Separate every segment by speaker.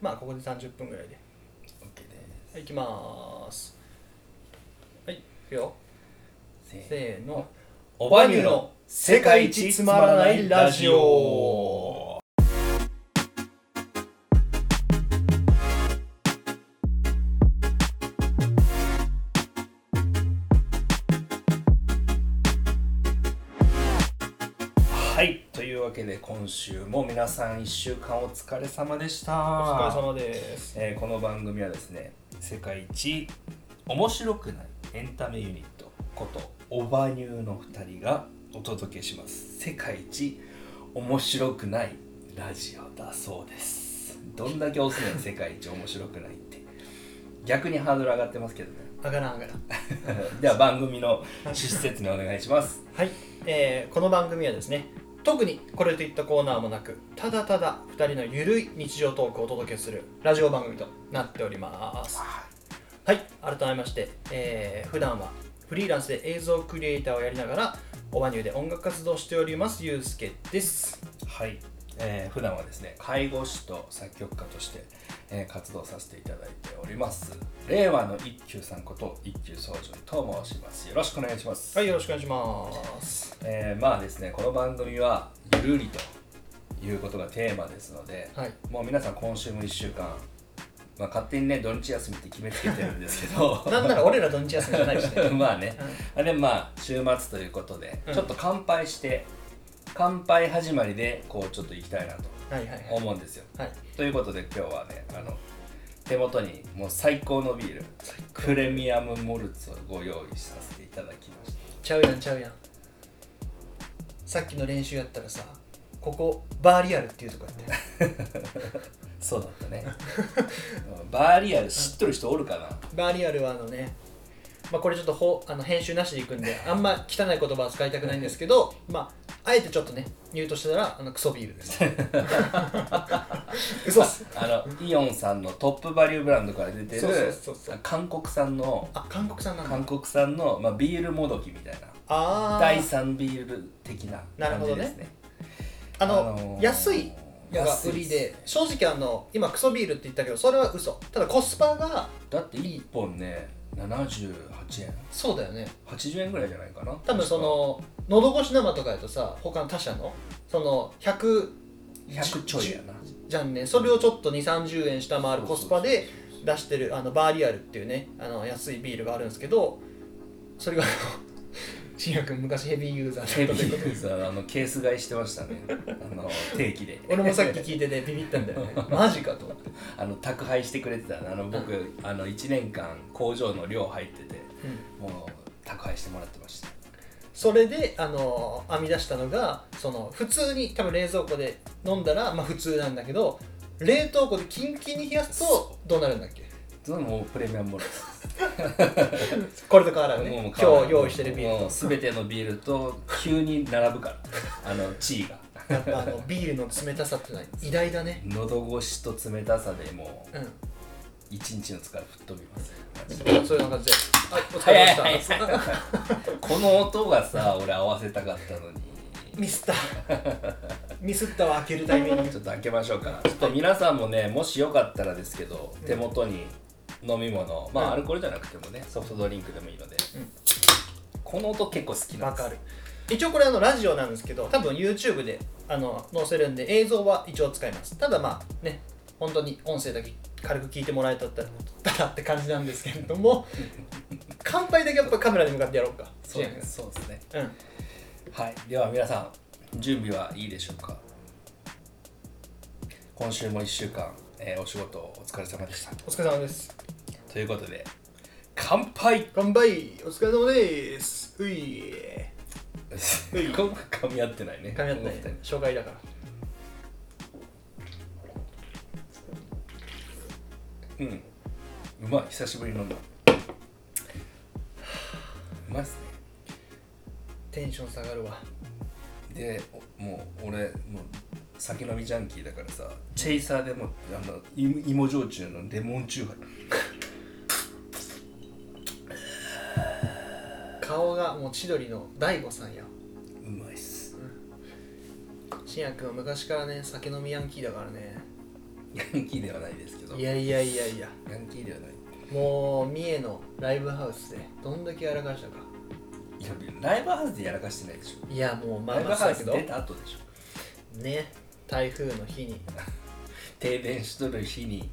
Speaker 1: まあここで30分ぐらいで
Speaker 2: OK で
Speaker 1: はいいきまーすはいいくよ
Speaker 2: すせー
Speaker 1: せーの
Speaker 2: おばにゅの世界一つまらないラジオはいというわけで今週も皆さん1週間お疲れ様でした
Speaker 1: お疲れ様です
Speaker 2: えーこの番組はですね世界一面白くないエンタメユニットことオバニューの2人がお届けします世界一面白くないラジオだそうですどんだけ押すねん世界一面白くないって逆にハードル上がってますけどね
Speaker 1: あがらんあがらん
Speaker 2: では番組の趣旨説明お願いします
Speaker 1: はい、えーこの番組はですね特にこれといったコーナーもなくただただ2人のゆるい日常トークをお届けするラジオ番組となっておりますはい改めまして、えー普段はフリーランスで映像クリエイターをやりながらオバニューで音楽活動をしておりますゆうすけです
Speaker 2: はい、えー、普段はですね介護士と作曲家として、えー活動させていただいております令和の一休さんこと一休総長と申しますよろしくお願いします、
Speaker 1: はいよろしくお願いします
Speaker 2: えーまあですねこの番組はゆるりということがテーマですので、
Speaker 1: はい
Speaker 2: もう皆さん今週も1週間まあ、勝手にね土日休みって決めつけてるんですけど
Speaker 1: なんなら俺ら土日休みじゃないしね
Speaker 2: まあね、あでもまあ週末ということで、
Speaker 1: うん
Speaker 2: ちょっと乾杯して乾杯始まりでこうちょっと行きたいなと
Speaker 1: はいはいはい
Speaker 2: 思うんですよ
Speaker 1: はい
Speaker 2: ということで今日はねあの手元にもう最高のビールプレミアムモルツをご用意させていただきまし
Speaker 1: ちゃうやんちゃうやんさっきの練習やったらさここバーリアルっていうとこやっ て
Speaker 2: たそうだっ たねうんバーリアル知っとる人おるかな
Speaker 1: バーリアルはあのね、まあ、これちょっとほあの編集なしでいくんであんま汚い言葉は使いたくないんですけど、まあ、あえてちょっとね言うとしたらあのクソビールです 嘘っす
Speaker 2: あのイオンさんのトップバリューブランドから出て
Speaker 1: そうそう
Speaker 2: る
Speaker 1: そうそう
Speaker 2: 韓国産の
Speaker 1: あ韓国産なんだ
Speaker 2: 韓国産の、まあ、ビールもどきみたいな
Speaker 1: あ
Speaker 2: 第
Speaker 1: ー
Speaker 2: 3ビール的な感じですね
Speaker 1: あの、
Speaker 2: あのー
Speaker 1: 安いのが売り
Speaker 2: 安いっ
Speaker 1: で正直あの今クソビールって言ったけどそれは嘘ただコスパが
Speaker 2: だって1本ね78円
Speaker 1: そうだよね
Speaker 2: 80円ぐらいじゃないかな
Speaker 1: 多分その喉越し生とかやとさ他の他社のその100
Speaker 2: 100ちょいやな
Speaker 1: じゃんねそれをちょっと2 3 0円下回るコスパで出してるあのバーリアルっていうねあの安いビールがあるんですけどそれがあの 信也君昔ヘビーユーザーだった
Speaker 2: テレ
Speaker 1: と
Speaker 2: ビ
Speaker 1: いうこと
Speaker 2: ユーザーあのケース買いしてましたねあの定期で
Speaker 1: 俺もさっき聞いててビビったんだよねマジかと思って、
Speaker 2: あの宅配してくれてたのあの僕あの1年間工場の寮入ってて
Speaker 1: うん
Speaker 2: もう宅配してもらってました
Speaker 1: それであの編み出したのがその普通に多分冷蔵庫で飲んだらまあ普通なんだけど冷凍庫でキンキンに冷やすとどうなるんだっけ
Speaker 2: それもうプレミアムモルツ
Speaker 1: これと変わらんね
Speaker 2: もう買
Speaker 1: 今
Speaker 2: わない
Speaker 1: 日用意してるビール
Speaker 2: も
Speaker 1: と
Speaker 2: う全てのビールと急に並ぶからあの地位が
Speaker 1: やっぱ あのビールの冷たさってのは偉大だね
Speaker 2: 喉越しと冷たさでもう
Speaker 1: うん
Speaker 2: 一日の疲れ吹っ飛びますマジで
Speaker 1: そういうような感じで。はい、お疲
Speaker 2: 早い
Speaker 1: れ
Speaker 2: 早
Speaker 1: 様
Speaker 2: い
Speaker 1: でした。
Speaker 2: 早いこの音がさ俺合わせたかったのに
Speaker 1: ミスっ た。ミスったは開けるタイミング。
Speaker 2: ちょっと開けましょうかちょっと皆さんもねもしよかったらですけど手元に飲み物ま
Speaker 1: うん
Speaker 2: あアルコールじゃなくてもねソフトドリンクでもいいので、
Speaker 1: うん
Speaker 2: この音結構好きな
Speaker 1: わ
Speaker 2: んです
Speaker 1: かる。一応これあのラジオなんですけど、多分 YouTube であの載せるんで映像は一応使います。ただまあね、本当に音声だけ軽く聞いてもらえたったらただって感じなんですけれど も、乾杯だけやっぱカメラに向かってやろうか。
Speaker 2: そうですそうですね
Speaker 1: ジェーン君。
Speaker 2: はいでは皆さん準備はいいでしょうか今週も1週間、えーお仕事お疲れ様でした
Speaker 1: うん。お疲れ様です。
Speaker 2: ということで乾杯
Speaker 1: 乾杯。お疲れ様です。うい。
Speaker 2: 今回噛み合ってないね
Speaker 1: 噛み合っ
Speaker 2: この
Speaker 1: て
Speaker 2: 二
Speaker 1: な
Speaker 2: 人
Speaker 1: い紹介だから
Speaker 2: うんうまい久しぶりに飲んだうまいっす
Speaker 1: テンション下がるわ
Speaker 2: ねでおもう俺もう酒飲みジャンキーだからさチェイサーでもうあのい芋焼酎のレモンチューハイ
Speaker 1: 顔がもう千鳥の大悟さんや
Speaker 2: うまいっす
Speaker 1: しんやくんは昔からね酒飲みヤンキーだからね
Speaker 2: ンキーではないですけど
Speaker 1: いやいやいやいや
Speaker 2: ヤンキーではない
Speaker 1: もう三重のライブハウスでどんだけやらかしたか
Speaker 2: いやライブハウスでやらかしてないでしょ
Speaker 1: いやもうま
Speaker 2: ラ
Speaker 1: あ
Speaker 2: イブ
Speaker 1: まあそうだけ
Speaker 2: ハウス
Speaker 1: ど
Speaker 2: 出た後でしょ
Speaker 1: ね台風の日に
Speaker 2: 停電しとる日に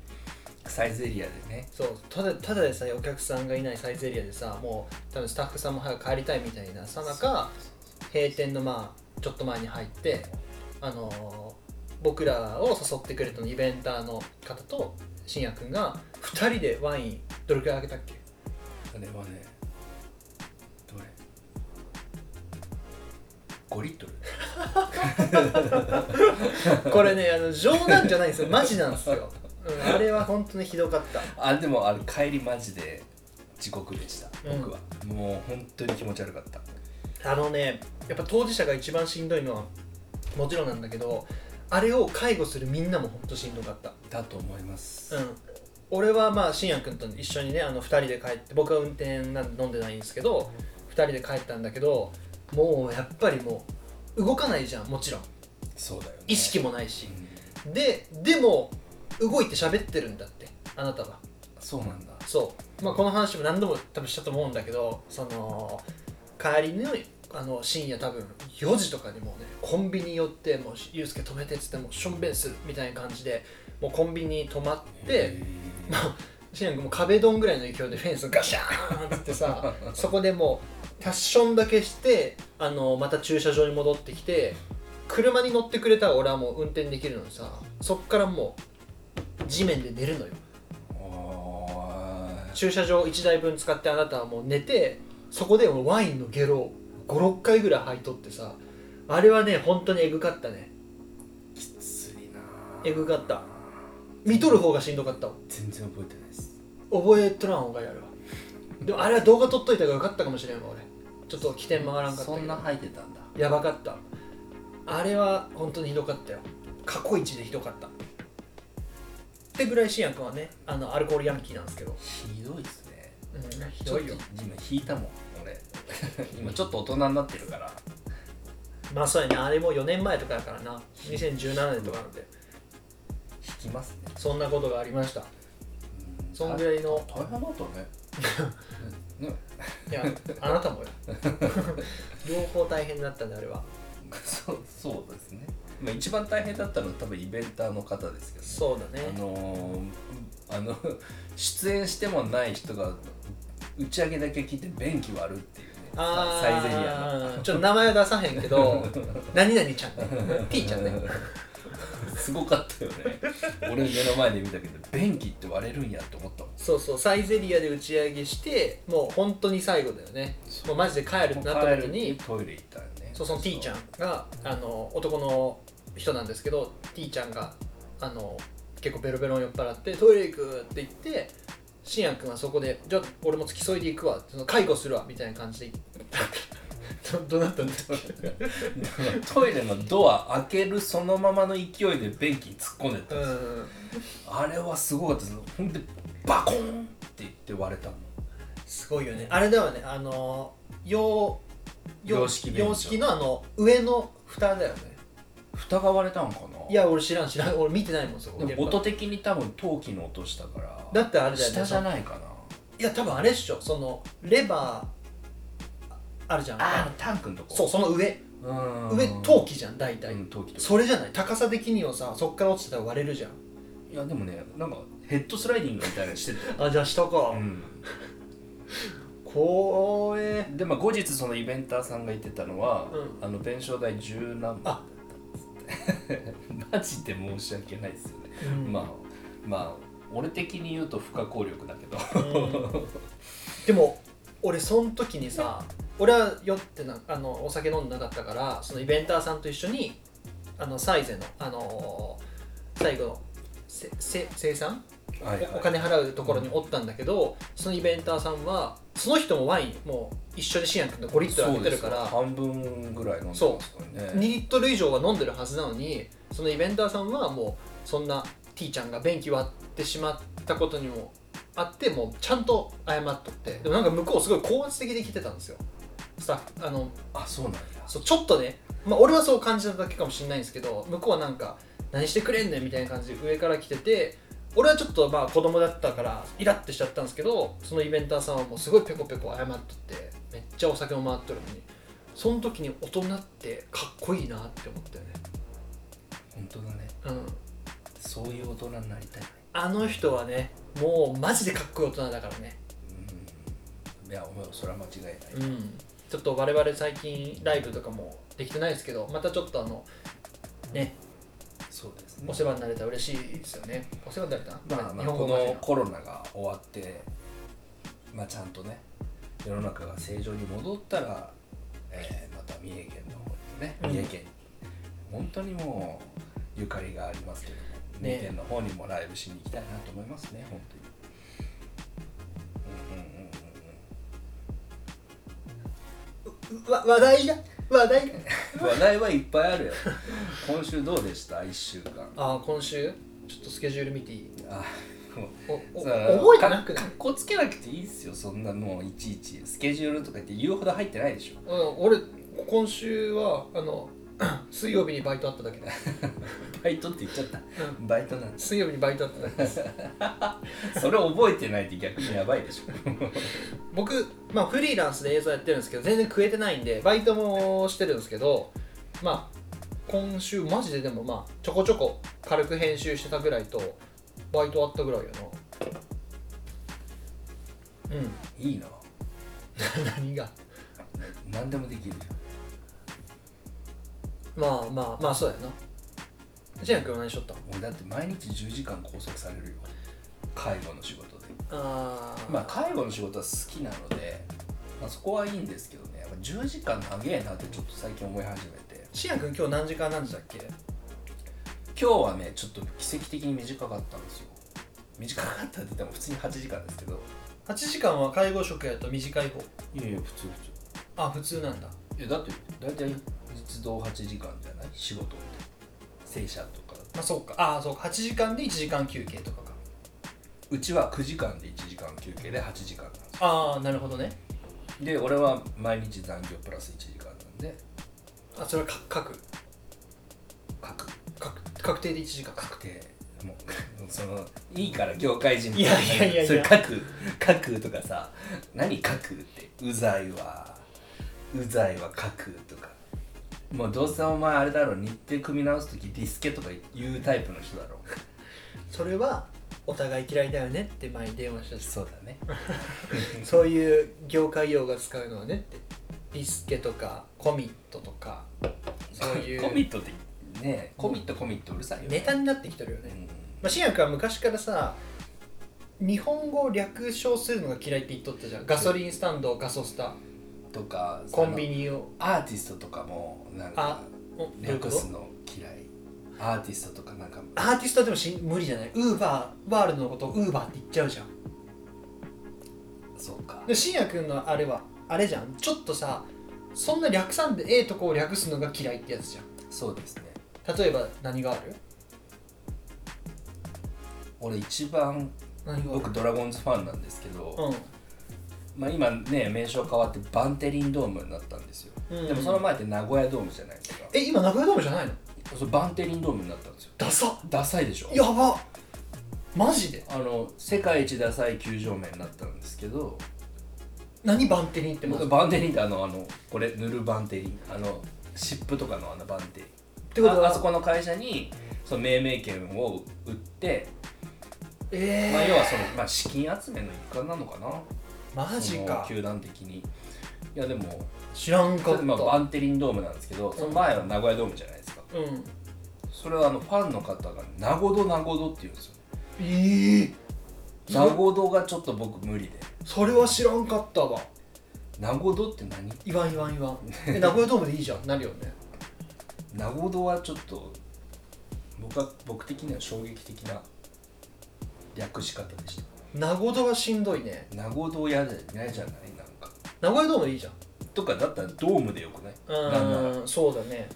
Speaker 2: サイズエリアでね
Speaker 1: そうただただでさえお客さんがいないサイズエリアでさもう多分スタッフさんも早く帰りたいみたいなさなか閉店のまあちょっと前に入ってあのー僕らを誘ってくれたイベンターの方と信也くんが2人でワインどれくらいあげたっけ
Speaker 2: あれはねどれ5リットル
Speaker 1: これねあの冗談じゃないんですよマジなんですよ、うん、あれは本当にひどかった
Speaker 2: あでもあれ帰りマジで地獄でした
Speaker 1: うん
Speaker 2: 僕は、もう本当に気持ち悪かった
Speaker 1: あのねやっぱ当事者が一番しんどいのはもちろんなんだけどあれを介護するみんなも本当しんどかった
Speaker 2: だと思います、
Speaker 1: うん俺はまあ信也君と一緒にねあの2人で帰って僕は運転なんで飲んでないんですけど2人で帰ったんだけどもうやっぱりもう動かないじゃんもちろん
Speaker 2: そうだよね
Speaker 1: 意識
Speaker 2: も、
Speaker 1: もないし
Speaker 2: うん
Speaker 1: ででも動いて喋ってるんだってあなたは
Speaker 2: そうなんだ
Speaker 1: そう、まあ、この話も何度も多分したと思うんだけどその帰りのあの深夜多分4時とかにもうねコンビニ寄ってもうユうスケ止めてっつってもうしょんべんするみたいな感じでもうコンビニ止まって
Speaker 2: へー
Speaker 1: まあ、シンもう壁ドンぐらいの勢いでフェンスガシャーンっつって さそこでもうタッションだけしてあのまた駐車場に戻ってきて車に乗ってくれたら俺はもう運転できるのにさそっからもう地面で寝るのよ
Speaker 2: おー
Speaker 1: 駐車場1台分使ってあなたはもう寝てそこでもうワインのゲロを56回ぐらい吐いとってさあれはね本当にえぐかったね
Speaker 2: きついな
Speaker 1: えぐかった見とる方がしんどかったわ
Speaker 2: 全然覚えてないです
Speaker 1: 覚えとらん方がやるわでもあれは動画撮っといた方がよかったかもしれんわ俺ちょっと起点回らんかった
Speaker 2: そ
Speaker 1: け
Speaker 2: んな
Speaker 1: ど
Speaker 2: 吐いてたんだ
Speaker 1: やばかったあれは本当にひどかったよ過去一でひどかったってぐらい信也君はねあのアルコールヤンキーなんですけど、
Speaker 2: ひどいですね
Speaker 1: うん、ひ
Speaker 2: ちょ
Speaker 1: ど
Speaker 2: っ
Speaker 1: い
Speaker 2: と
Speaker 1: よ
Speaker 2: 今引いたもん俺 今ちょっと大人になってるから
Speaker 1: まあそうやねあれも4年前とかだからな2017年とかなんで
Speaker 2: 引きますね
Speaker 1: そんなことがありましたそんぐらいの
Speaker 2: 大変だった ねねね
Speaker 1: い やあなたもよ両方大変だったねあれは
Speaker 2: そう そうですねまあ一番大変だったのは多分イベンターの方ですけどね
Speaker 1: そうだ
Speaker 2: あ
Speaker 1: ね
Speaker 2: のー、あの出演してもない人が打ち上げだけ聞いて便器割るっていうね
Speaker 1: あ
Speaker 2: サイゼリアの
Speaker 1: あちょっと名前は出さへんけ ど何々ちゃんね P ちゃんね
Speaker 2: すごかったよね 俺目の前で見たけど便器って割れるんやって思ったもん
Speaker 1: そうそうサイゼリアで打ち上げしてもう本当に最後だよねもうマジで帰るってなった時に
Speaker 2: トイレ行ったよね
Speaker 1: そうその T ちゃんがあの男の人なんですけど T ちゃんがあの結構ベロベロに酔っ払ってトイレ行くって言ってしんやくんはそこで「じゃあ俺も付き添いで行くわ」その介護するわみたいな感じで どどうなったんだっけ
Speaker 2: トイレのドア開けるそのままの勢いで便器に突っ込んでった、
Speaker 1: うん
Speaker 2: あれはすごかったですほんでバコーンって言って割れたの
Speaker 1: すごいよねあれではねあの洋
Speaker 2: 洋式便所
Speaker 1: 洋式のあの上の蓋だよね
Speaker 2: 蓋が割れたのかない
Speaker 1: いや俺知らん知らん俺見てないもんそこ
Speaker 2: でも音的に多分陶器の音したから
Speaker 1: だってあれだよね
Speaker 2: 下じゃないかない
Speaker 1: や多分あれっしょそのレバーああるじゃん
Speaker 2: ああタンクのとこ
Speaker 1: そうその上
Speaker 2: うーん
Speaker 1: 上陶器じゃん大体、
Speaker 2: うん陶器とか
Speaker 1: それじゃない高さ的にはさそっから落ちてたら割れるじゃん
Speaker 2: いやでもねなんかヘッドスライディングみたいなのしてたよ
Speaker 1: あじゃあ下か
Speaker 2: うん
Speaker 1: こえ
Speaker 2: でまあ後日そのイベンターさんが言ってたのは、
Speaker 1: う
Speaker 2: あの弁償代十何 万
Speaker 1: あ
Speaker 2: マジで申し訳ないですよね、
Speaker 1: うん
Speaker 2: まあまあ俺的に言うと不可抗力だ けど
Speaker 1: でも俺その時にさ俺は酔ってなあのお酒飲んでなかったからそのイベンターさんと一緒にあのサイゼのあのー最後のせせ生産
Speaker 2: はいはい
Speaker 1: おお金払うところにおったんだけど、そのイベンターさんはその人もワインもう一緒でシアン君と5リットル開けてるから
Speaker 2: そうですよ半分ぐらい飲んでますから
Speaker 1: 2
Speaker 2: ね
Speaker 1: リットル以上は飲んでるはずなのにそのイベンターさんはもうそんな T ちゃんが便器割ってしまったことにもあってもうちゃんと謝っとってでもなんか向こうすごい高圧的で来てたんですよスタッフあの
Speaker 2: あそうなんだ
Speaker 1: そうちょっとね、まあ、俺はそう感じただけかもしれないんですけど向こうはなんか何してくれんねんみたいな感じで上から来てて俺はちょっとまあ子供だったからイラッてしちゃったんですけどそのイベンターさんはもうすごいペコペコ謝っとってめっちゃお酒も回っとるのにその時に大人ってかっこいいなって思ったよね
Speaker 2: 本当だね
Speaker 1: うん
Speaker 2: そういう大人になりたいね
Speaker 1: あの人はねもうマジでかっこいい大人だからね
Speaker 2: うんいやもうそれは間違いない、
Speaker 1: うんちょっと我々最近ライブとかもできてないですけどまたちょっとあのね
Speaker 2: そうですね
Speaker 1: お世話になれたら嬉しいですよねお世話になれた
Speaker 2: まあ、まあこのコロナが終わって、まあ、ちゃんとね世の中が正常に戻ったら、えーまた三重県の方にね
Speaker 1: うん
Speaker 2: 三重県、本当にもうゆかりがありますけども三
Speaker 1: ね
Speaker 2: 重県の方にもライブしに行きたいなと思いますね本当に。うんうんうんうん
Speaker 1: わ話題が話題が
Speaker 2: うん話題はいっぱいあるよ今週どうでした1週間
Speaker 1: あー今週ちょっとスケジュール見ていい
Speaker 2: あもう
Speaker 1: おお
Speaker 2: さあ
Speaker 1: 覚えてなくな
Speaker 2: か
Speaker 1: い
Speaker 2: かっこつけなくていいっすよそんなもういちいちスケジュールとか言って言うほど入ってないでしょ
Speaker 1: うん俺今週はあの 水曜日にバイトあっただけだ
Speaker 2: バイトって言っちゃったバイトなんです
Speaker 1: 水曜日にバイトあっただけです
Speaker 2: それ覚えてないって逆にやばいでしょ
Speaker 1: 僕、まあ、フリーランスで映像やってるんですけど全然食えてないんでバイトもしてるんですけどまあ今週マジででもまあちょこちょこ軽く編集してたぐらいとバイトあったぐらいよなうん
Speaker 2: いいな
Speaker 1: 何が
Speaker 2: 何でもできるよ
Speaker 1: まあまあまあそうやな千秋君は何しとった
Speaker 2: 俺だって毎日10時間拘束されるよ介護の仕事で
Speaker 1: あー、
Speaker 2: まあ介護の仕事は好きなので、まあ、そこはいいんですけどねやっぱ10時間長えなってちょっと最近思い始めて
Speaker 1: 千秋君今日何時間何時だっけ
Speaker 2: 今日はねちょっと奇跡的に短かったんですよ短かったって言っても普通に8時間ですけど
Speaker 1: ?8 時間は介護職やと短い方
Speaker 2: いやいや普通普通
Speaker 1: あ普通なんだ
Speaker 2: いやだって大体実働8時間じゃない仕事って正社とかだと
Speaker 1: まあそうかああそうか8時間で1時間休憩とかか
Speaker 2: うちは9時間で1時間休憩で8時間なんですよ
Speaker 1: ああなるほどね
Speaker 2: で俺は毎日残業プラス1時間なんで
Speaker 1: あそれはか確
Speaker 2: 確
Speaker 1: 確確定で1時間
Speaker 2: 確定も うそのいいから業界人
Speaker 1: いやいやいやいや
Speaker 2: それ確確とかさ何確ってうざいわうざいわ確とかもうどうせお前あれだろ日程組み直す時ディスケとか言うタイプの人だろ
Speaker 1: それはお互い嫌いだよねって前に電話したし
Speaker 2: そうだね
Speaker 1: そういう業界用が使うのはねってビスケとかコミットとかそうい
Speaker 2: コミ
Speaker 1: う
Speaker 2: ットってねコミットコミットうるさいよね
Speaker 1: ネタになってきてるよ
Speaker 2: う
Speaker 1: ね、
Speaker 2: ん
Speaker 1: まあ、新薬は昔からさ日本語を略称するのが嫌いって言っとったじゃんガソリンスタンドガソスタ
Speaker 2: とか
Speaker 1: コンビニを
Speaker 2: アーティストとかもなんか
Speaker 1: あおどういうこと
Speaker 2: 略すの嫌いアーティストとかなんか
Speaker 1: アーティストはでもし無理じゃないウーバーワールドのことをウーバーって言っちゃうじゃん
Speaker 2: そうか
Speaker 1: で信也君のあれはあれじゃんちょっとさそんな略さんでええとこを略すのが嫌いってやつじゃ
Speaker 2: そうですね
Speaker 1: ん例えば何がある
Speaker 2: 俺一番
Speaker 1: 何がある
Speaker 2: 僕ドラゴンズファンなんですけど、
Speaker 1: う
Speaker 2: まあ、今ね名称変わってバンテリンドームになったんですよ、
Speaker 1: うん
Speaker 2: でもその前って名古屋ドームじゃないですか
Speaker 1: んえ今名古屋ドームじゃないの
Speaker 2: そうバンテリンドームになったんですよ
Speaker 1: ダサ
Speaker 2: ダサいでしょ
Speaker 1: やばマジで
Speaker 2: あの世界一ダサい球場名になったんですけど
Speaker 1: 何バンテリンってまずっ
Speaker 2: バンテリンってあのあのこれ塗るバンテリンあの湿布とかのあのバンテリン
Speaker 1: てこと
Speaker 2: あ
Speaker 1: は
Speaker 2: あそこの会社にその命名権を売って、
Speaker 1: ええ
Speaker 2: まあ、要はその、まあ、資金集めの一環なのかな
Speaker 1: マジか
Speaker 2: その球団的にいやでも
Speaker 1: 知らん
Speaker 2: そ
Speaker 1: かっ
Speaker 2: れ
Speaker 1: た、
Speaker 2: まあバンテリンドームなんですけどその前は名古屋ドームじゃないですか
Speaker 1: うん
Speaker 2: それはあのファンの方が「なごどなごど」って言うんですよ
Speaker 1: ええ
Speaker 2: なごどがちょっと僕無理で
Speaker 1: それは知らんかったわ
Speaker 2: なごどって何
Speaker 1: 言わん言わん言わんえ名古屋ドームでいいじゃ んなるよね
Speaker 2: なごどはちょっと僕は僕的には衝撃的な略し方でした
Speaker 1: 名古屋はしんどいね
Speaker 2: 名護道屋じゃないじゃないなんか
Speaker 1: 名古屋ドームでいいじゃん
Speaker 2: とかだったらドームでよくないなんなら、うん、
Speaker 1: うんそうだね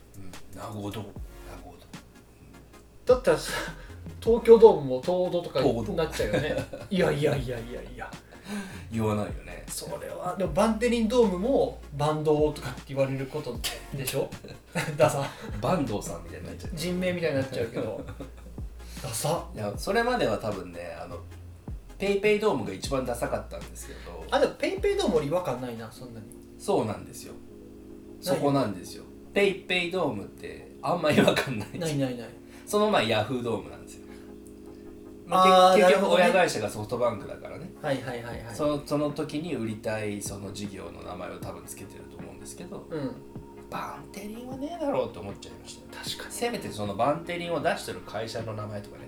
Speaker 2: 名護道名護
Speaker 1: だ ったらさ東京ドームも東都とか
Speaker 2: 東都
Speaker 1: になっちゃうよねいやいやいやいやいや
Speaker 2: 言わないよね
Speaker 1: それはでもバンテリンドームもバンドとかって言われることで しょダサ
Speaker 2: 坂東さんみたいになっちゃう
Speaker 1: 人名みたいになっちゃうけ どダサ
Speaker 2: いやそれまでは多分ねあのペイペイドームが一番ダサかったんですけど
Speaker 1: あでもペイペイドーム俺違和感ないなそんなに
Speaker 2: そうなんですよそこなんですよペイペイドームってあんま違和感ない
Speaker 1: ないないない
Speaker 2: その前ヤフードームなんですよ、
Speaker 1: あ
Speaker 2: まあ、
Speaker 1: ー
Speaker 2: け
Speaker 1: な
Speaker 2: 結
Speaker 1: るほど
Speaker 2: 局
Speaker 1: ね
Speaker 2: 親会社がソフトバンクだからね
Speaker 1: はいはいはいはい
Speaker 2: そのその時に売りたいその事業の名前を多分つけてると思うんですけど
Speaker 1: うん
Speaker 2: バンテリンはねえだろうと思っちゃいましたよ
Speaker 1: 確か
Speaker 2: せめてそのバンテリンを出してる会社の名前とかね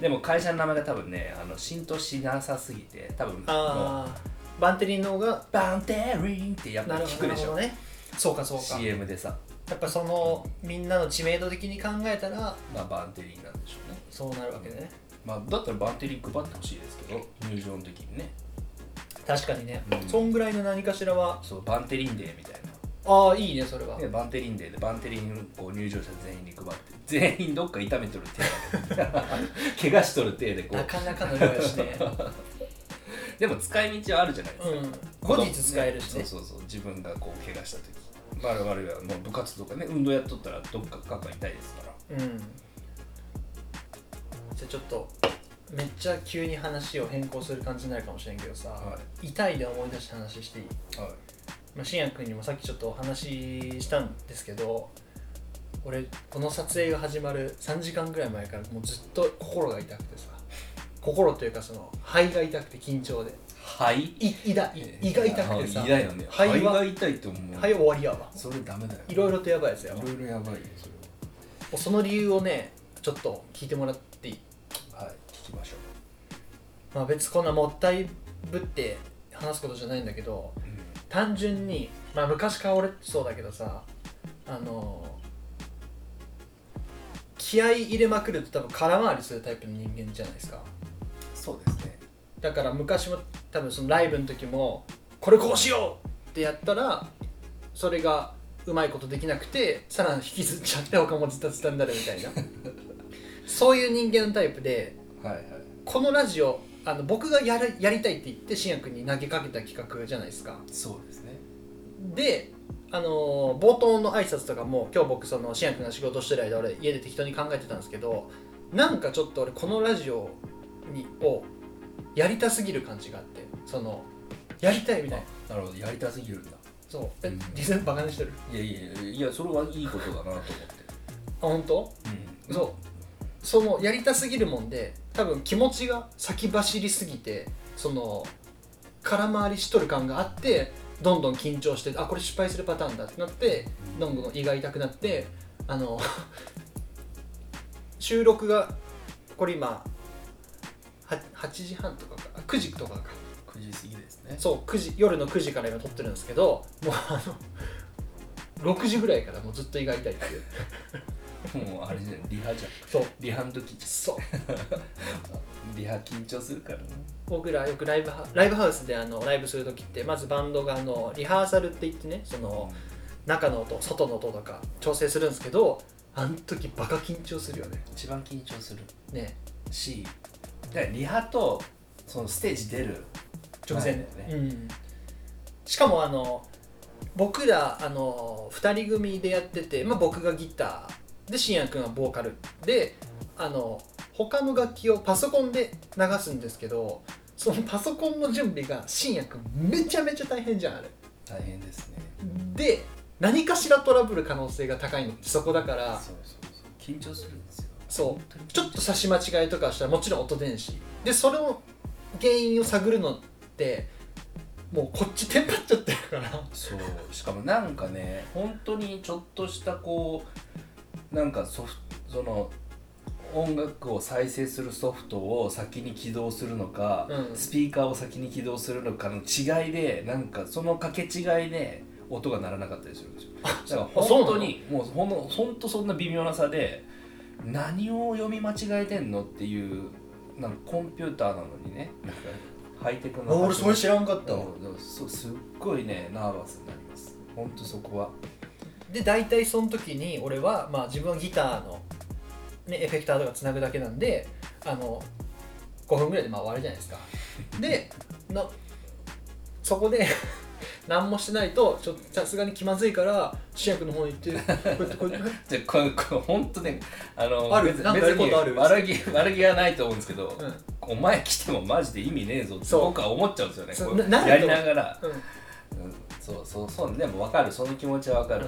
Speaker 2: でも会社の名前が多分ねあの浸透しなさすぎて多分もう
Speaker 1: ああバンテリンの方が
Speaker 2: バンテリンってやっぱ
Speaker 1: なる
Speaker 2: 聞
Speaker 1: ほどな
Speaker 2: くで
Speaker 1: る
Speaker 2: し
Speaker 1: ほ
Speaker 2: ょ、
Speaker 1: どねそうかそうか
Speaker 2: CM でさ、
Speaker 1: やっぱそのみんなの知名度的に考えたら
Speaker 2: まあ、バンテリンなんでしょうね
Speaker 1: そうなるわけね
Speaker 2: まあ、だったらバンテリン配ってほしいですけど入場の時にね
Speaker 1: 確かにね、
Speaker 2: うん
Speaker 1: そんぐらいの何かしらは
Speaker 2: そうバンテリンデーみたい
Speaker 1: ああいいねそれは、
Speaker 2: な、ね、バンテリンデーでバンテリンをこう入場者全員に配って全員どっか痛めとる 手怪我しとる手でこ
Speaker 1: な
Speaker 2: う
Speaker 1: かなかの量やし ね
Speaker 2: でも使い道はあるじゃないですか、
Speaker 1: うん後日使えるしね
Speaker 2: そうそうそう自分がこう怪我した時我々はもう部活とかね運動やっとったらどっか肩痛いですから
Speaker 1: うんじゃあちょっとめっちゃ急に話を変更する感じになるかもしれんけどさ、
Speaker 2: は
Speaker 1: 痛いで思い出した話していい、
Speaker 2: はい
Speaker 1: まあ、信也君にもさっきちょっとお話ししたんですけど俺この撮影が始まる3時間ぐらい前からもうずっと心が痛くてさ心というかその肺が痛くて緊張で
Speaker 2: 肺
Speaker 1: い胃だ胃胃が痛くてさ
Speaker 2: 胃だよね
Speaker 1: 肺は
Speaker 2: 肺が痛いと思う
Speaker 1: 肺終わりやわ
Speaker 2: それダメだよ
Speaker 1: いろいろとやばいやつやわ
Speaker 2: いろいろやばいよそれは
Speaker 1: その理由をねちょっと聞いてもらっていい
Speaker 2: はい、聞きましょ
Speaker 1: まあ別にこんなもったいぶって話すことじゃないんだけど
Speaker 2: う。
Speaker 1: 単純にまあ昔から俺そうだけどさあの気合い入れまくると多分空回りするタイプの人間じゃないですか
Speaker 2: そうですね。
Speaker 1: だから昔も多分そのライブの時もこれこうしようってやったらそれがうまいことできなくてさらに引きずっちゃって他もズタズタになるみたいなそういう人間のタイプで
Speaker 2: はいはい。
Speaker 1: このラジオあの僕がやるやりたいって言って新也君に投げかけた企画じゃないですか
Speaker 2: そうですね。
Speaker 1: であのー冒頭の挨拶とかも今日僕その新也君が仕事してる間俺家で適当に考えてたんですけどなんかちょっと俺このラジオにをやりたすぎる感じがあってそのやりたいみたいな
Speaker 2: なるほど、やりたすぎるんだ。
Speaker 1: そうえ
Speaker 2: うん
Speaker 1: リズムバカにしてる
Speaker 2: いやいやいや、いやそれはいいことだなと思って。
Speaker 1: あ本当
Speaker 2: うん
Speaker 1: そうそのやりたすぎるもんで多分気持ちが先走りすぎてその空回りしとる感があってどんどん緊張してあこれ失敗するパターンだってなってどんどん胃が痛くなってあの 収録がこれ今は8時半とかかあ9時とかか
Speaker 2: 9時過ぎですね。
Speaker 1: そう9時夜の9時から今撮ってるんですけどもうあの6時ぐらいからもうずっと胃が痛いっていう
Speaker 2: もうあれじゃん、リハじゃん。
Speaker 1: そう
Speaker 2: リハの時、
Speaker 1: そう
Speaker 2: リハ緊張するからね。
Speaker 1: 僕らよくライブハライブハウスであのライブする時ってまずバンドがあのリハーサルって言ってねその中の音外の音とか調整するんですけどあの時バカ緊張するよね
Speaker 2: 一番緊張する
Speaker 1: ね
Speaker 2: し、だからリハとそのステージ出る
Speaker 1: 直前
Speaker 2: 前
Speaker 1: で
Speaker 2: だよね
Speaker 1: うん、しかもあの僕らあの2人組でやってて、まあ、僕がギターで信也君はボーカルであの他の楽器をパソコンで流すんですけどそのパソコンの準備が信也君めちゃめちゃ大変じゃんあれ。
Speaker 2: 大変ですね。
Speaker 1: で何かしらトラブル可能性が高いのってそこだから
Speaker 2: そうそうそう。緊張するんですよ。
Speaker 1: そう
Speaker 2: 本当に緊張
Speaker 1: ちょっと差し間違いとかしたらもちろん音電子でそれを原因を探るのってもうこっちテンパっちゃってる から
Speaker 2: そうしかもなんかね本当にちょっとしたこうなんかソフトその音楽を再生するソフトを先に起動するのか、
Speaker 1: うん
Speaker 2: スピーカーを先に起動するのかの違いでなんかその掛け違いで音が鳴らなかったりするんですよだから
Speaker 1: あそう
Speaker 2: 本
Speaker 1: なの
Speaker 2: 当にもうほんのほんとそんな微妙な差で何を読み間違えてんのっていうなんかコンピューターなのにねなんかハイテクな
Speaker 1: 知らんか
Speaker 2: うんそうすっごいねナーバスになりますほんとそこは
Speaker 1: で大体その時に俺は、まあ、自分はギターの、ね、エフェクターとかつなぐだけなんであの5分ぐらいでまあ終わるじゃないですかでなそこで 何もしてないとちょっとさすがに気まずいから主役の方に行ってこうやってこうやって
Speaker 2: じゃあこれこれ本当ねあの
Speaker 1: ある
Speaker 2: 別
Speaker 1: なんかやることある
Speaker 2: 別に悪気悪気はないと思うんですけど、
Speaker 1: うん
Speaker 2: お前来てもマジで意味ねえぞって
Speaker 1: そう
Speaker 2: 僕は思っちゃうんですよね
Speaker 1: そう
Speaker 2: こう
Speaker 1: なな
Speaker 2: や
Speaker 1: ると
Speaker 2: り
Speaker 1: 思う
Speaker 2: ながら、
Speaker 1: うん
Speaker 2: うん、そうそうそうでも分かるその気持ちは分かる、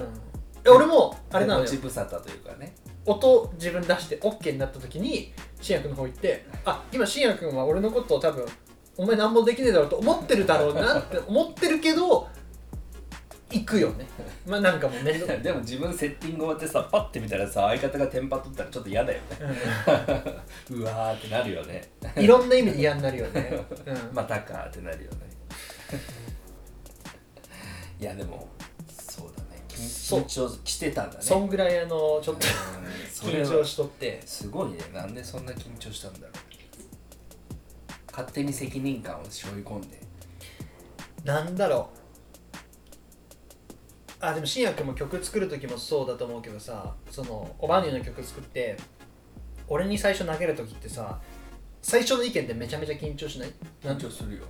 Speaker 1: え俺もあれなのよ
Speaker 2: 手持ち無沙汰というかね
Speaker 1: 音自分出して OK になった時に信也君の方行ってあ今信也君は俺のことを多分お前何もできねえだろうと思ってるだろうなって思ってるけど行くよねまあなんかもう面 倒
Speaker 2: でも自分セッティング終わってさパッて見たらさ相方がテンパっとったらちょっと嫌だよね うわーってなるよね
Speaker 1: うんいろんな意味で嫌になるよね、うん
Speaker 2: またかーってなるよねいやでもそうだね緊
Speaker 1: そう
Speaker 2: 緊張してたんだね
Speaker 1: そんぐらいあのちょっと
Speaker 2: うんそれ
Speaker 1: 緊
Speaker 2: は
Speaker 1: 張しとって
Speaker 2: すごいねなんでそんな緊張したんだろう勝手に責任感を背負い込んで
Speaker 1: なんだろうあでも新君も曲作る時もそうだと思うけどさそのオバニューの曲作って俺に最初投げる時ってさ最初の意見でめちゃめちゃ緊張しないなん
Speaker 2: 張するよ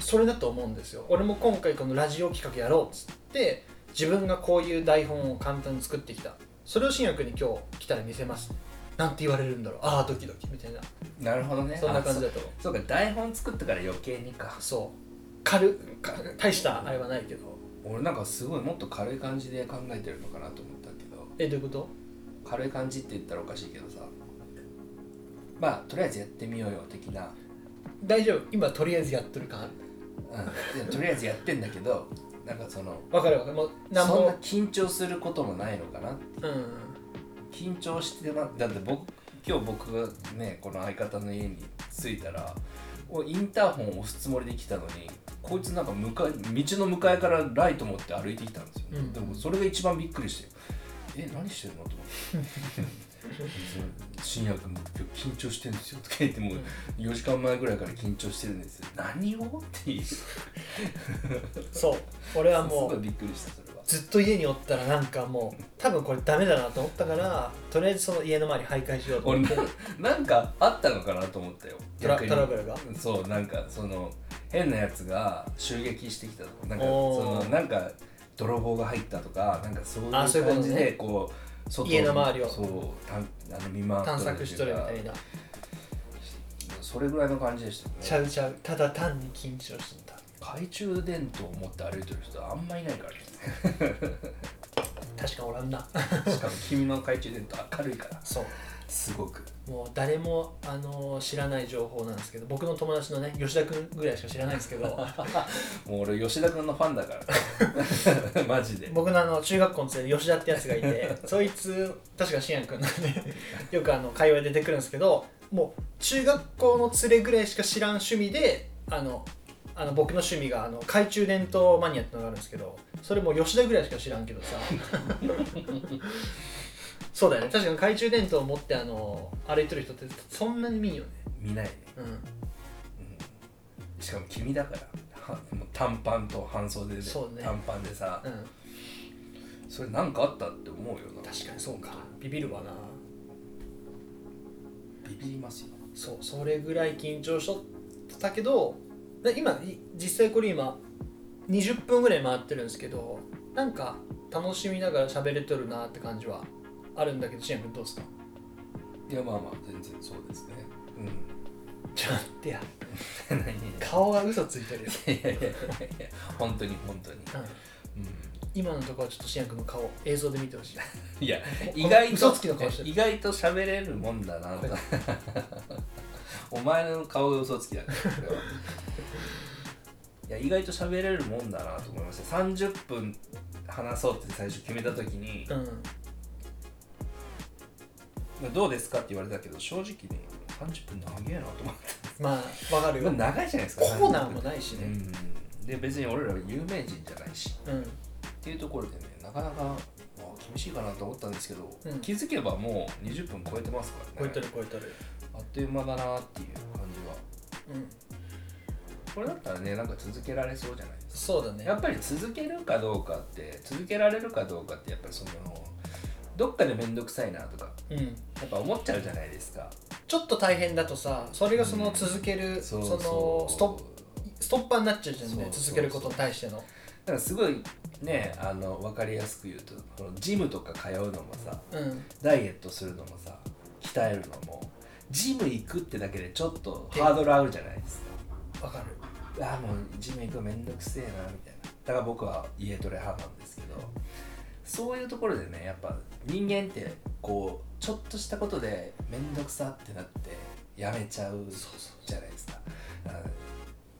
Speaker 1: それだと思うんですよ俺も今回このラジオ企画やろうっつって自分がこういう台本を簡単に作ってきたそれを新君に今日来たら見せますなんて言われるんだろうああドキドキみたいな
Speaker 2: なるほどね
Speaker 1: そんな感じだ
Speaker 2: あ
Speaker 1: と思う
Speaker 2: そうそうか台本作ってから余計にか
Speaker 1: そう軽か大したあれはないけど
Speaker 2: 俺なんかすごいもっと軽い感じで考えてるのかなと思ったけど
Speaker 1: えどういうこと
Speaker 2: 軽い感じって言ったらおかしいけどさまあとりあえずやってみようよ的な、
Speaker 1: 大丈夫今とりあえずやってる感ある
Speaker 2: うん、でとりあえずやってんだけどなんかその
Speaker 1: わかるわかるもう
Speaker 2: そ
Speaker 1: 何
Speaker 2: んな
Speaker 1: も
Speaker 2: 緊張することもないのかな
Speaker 1: うん
Speaker 2: 緊張してまだって僕今日僕がねこの相方の家に着いたらおインターホンを押すつもりで来たのにこいつなんか向かい道の向かいからライト持って歩いてきたんですよ、
Speaker 1: うん
Speaker 2: でもそれが一番びっくりしてえ何してるのと思って 「新薬も今日緊張してるんですよ」とか言ってもう4時間前ぐらいから緊張してるんですよ何をって言うす
Speaker 1: そう俺はも
Speaker 2: ごいうびっくりしたそれは
Speaker 1: ずっと家におったらなんかもう多分これダメだなと思ったからとりあえずその家の周り徘徊しようと
Speaker 2: 俺
Speaker 1: 思っ
Speaker 2: な
Speaker 1: て
Speaker 2: なんかあったのかなと思ったよ
Speaker 1: トラ
Speaker 2: 逆に
Speaker 1: トラブルが
Speaker 2: そうなんかその変なやつが襲撃してきたとかなんかそ
Speaker 1: おー
Speaker 2: のなんか泥棒が入ったとかなんかそういう
Speaker 1: あ
Speaker 2: 感
Speaker 1: そういうことね
Speaker 2: じでこう外
Speaker 1: 家の周りを
Speaker 2: そうたんあの見回って
Speaker 1: 探索しとるみたいな
Speaker 2: それぐらいの感じでした
Speaker 1: ちゃうちゃうただ単に緊張してた
Speaker 2: 懐中電灯を持って歩いてる人あんまいないからね
Speaker 1: 確かおらんな
Speaker 2: しかも君の懐中電灯明るいか ら
Speaker 1: そう
Speaker 2: すごく
Speaker 1: もう誰も、あのー知らない情報なんですけど僕の友達のね吉田君ぐらいしか知らないんですけど
Speaker 2: もう俺吉田君のファンだか らマジで
Speaker 1: 僕のあの中学校の連れで吉田ってやつがい てそいつ確かしんやくんなんでよくあの会話で出てくるんですけどもう中学校の連れぐらいしか知らん趣味であのあの僕の趣味があの懐中電灯マニアってのがあるんですけどそれもう吉田ぐらいしか知らんけど さそうだよね確かに懐中電灯を持ってあの歩いてる人ってそんなに見んよね
Speaker 2: 見ないね
Speaker 1: うん
Speaker 2: うんしかも君だからはもう短パンと半袖で、
Speaker 1: そうね
Speaker 2: 短パンでさ、
Speaker 1: うん
Speaker 2: それなんかあったって思うよな
Speaker 1: 確かにそうかビビるわな
Speaker 2: ビビりますよ
Speaker 1: そうそれぐらい緊張しとったけどで今い実際これ今20分ぐらい回ってるんですけどなんか楽しみながら喋れとるなって感じはあるんだけどシェン君どうですか
Speaker 2: いやまあまあ全然そうですねう
Speaker 1: ちょっと待ってや
Speaker 2: ん何
Speaker 1: 顔が嘘ついてるよ、
Speaker 2: いやいやいやいや本当に本当に、
Speaker 1: うん
Speaker 2: う
Speaker 1: 今のところはちょっとシェン君の顔映像で見てほしい
Speaker 2: ん、いや
Speaker 1: こ
Speaker 2: 意外と
Speaker 1: 嘘つきの顔してる
Speaker 2: 意外と喋れるもんだなとお前の顔が嘘つきだからそれはいや意外と喋れるもんだなと思いました30分話そうって最初決めた時に、
Speaker 1: うん
Speaker 2: どうですかって言われたけど正直ね30分長えなと思って
Speaker 1: まあわかるよ
Speaker 2: 長いじゃないですか
Speaker 1: コーナーもないし
Speaker 2: う
Speaker 1: ね
Speaker 2: んで別に俺らは有名人じゃないし
Speaker 1: うん、
Speaker 2: っていうところでねなかなかまあ厳しいかなと思ったんですけど、
Speaker 1: うん
Speaker 2: 気づけばもう20分超えてますからね
Speaker 1: 超えてる超えてる
Speaker 2: あっという間だなっていう感じは
Speaker 1: うん
Speaker 2: これだったらねなんか続けられそうじゃないですか
Speaker 1: そうだね
Speaker 2: やっぱり続けるかどうかって続けられるかどうかってやっぱりそのどっかで面倒くさいなとか
Speaker 1: うん
Speaker 2: やっぱ思っちゃうじゃないですか
Speaker 1: ちょっと大変だとさそれがその続ける、
Speaker 2: そう
Speaker 1: そのストップ
Speaker 2: プ
Speaker 1: スストッパーになっちゃうじゃん
Speaker 2: そうそ
Speaker 1: ね
Speaker 2: うそう
Speaker 1: 続けることに対しての
Speaker 2: なんかすごいねあの分かりやすく言うとこのジムとか通うのもさ
Speaker 1: うん
Speaker 2: ダイエットするのもさ鍛えるのもジム行くってだけでちょっとハードル上がるじゃないですか
Speaker 1: わかる
Speaker 2: ああもうジム行くのめんどくせえなみたいなだから僕は家トレ派なんですけどそういうところでねやっぱ人間ってこうちょっとしたことでめんどくさってなってやめちゃうじゃないですかだから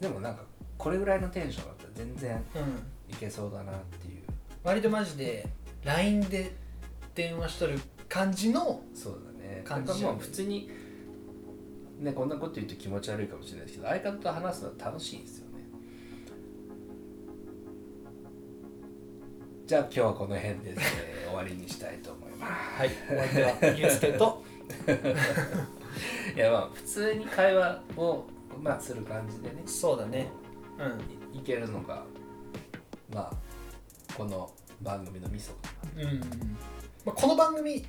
Speaker 2: でもなんかこれぐらいのテンションだったら全然
Speaker 1: うん
Speaker 2: いけそうだなっていう
Speaker 1: 割とマジで LINE で電話しとる感じの
Speaker 2: そうだね
Speaker 1: 感じ
Speaker 2: だからもう普通にねこんなこと言うと気持ち悪いかもしれないですけど相方と話すのは楽しいんですよねじゃあ今日はこの辺で、ね、終わりにしたいと思いま
Speaker 1: はいお相手はユースケと
Speaker 2: すいやまあ普通に会話をまあする感じでね
Speaker 1: そうだねうん
Speaker 2: いいけるのがまあこの番組のミソかな
Speaker 1: うんまあ、この番組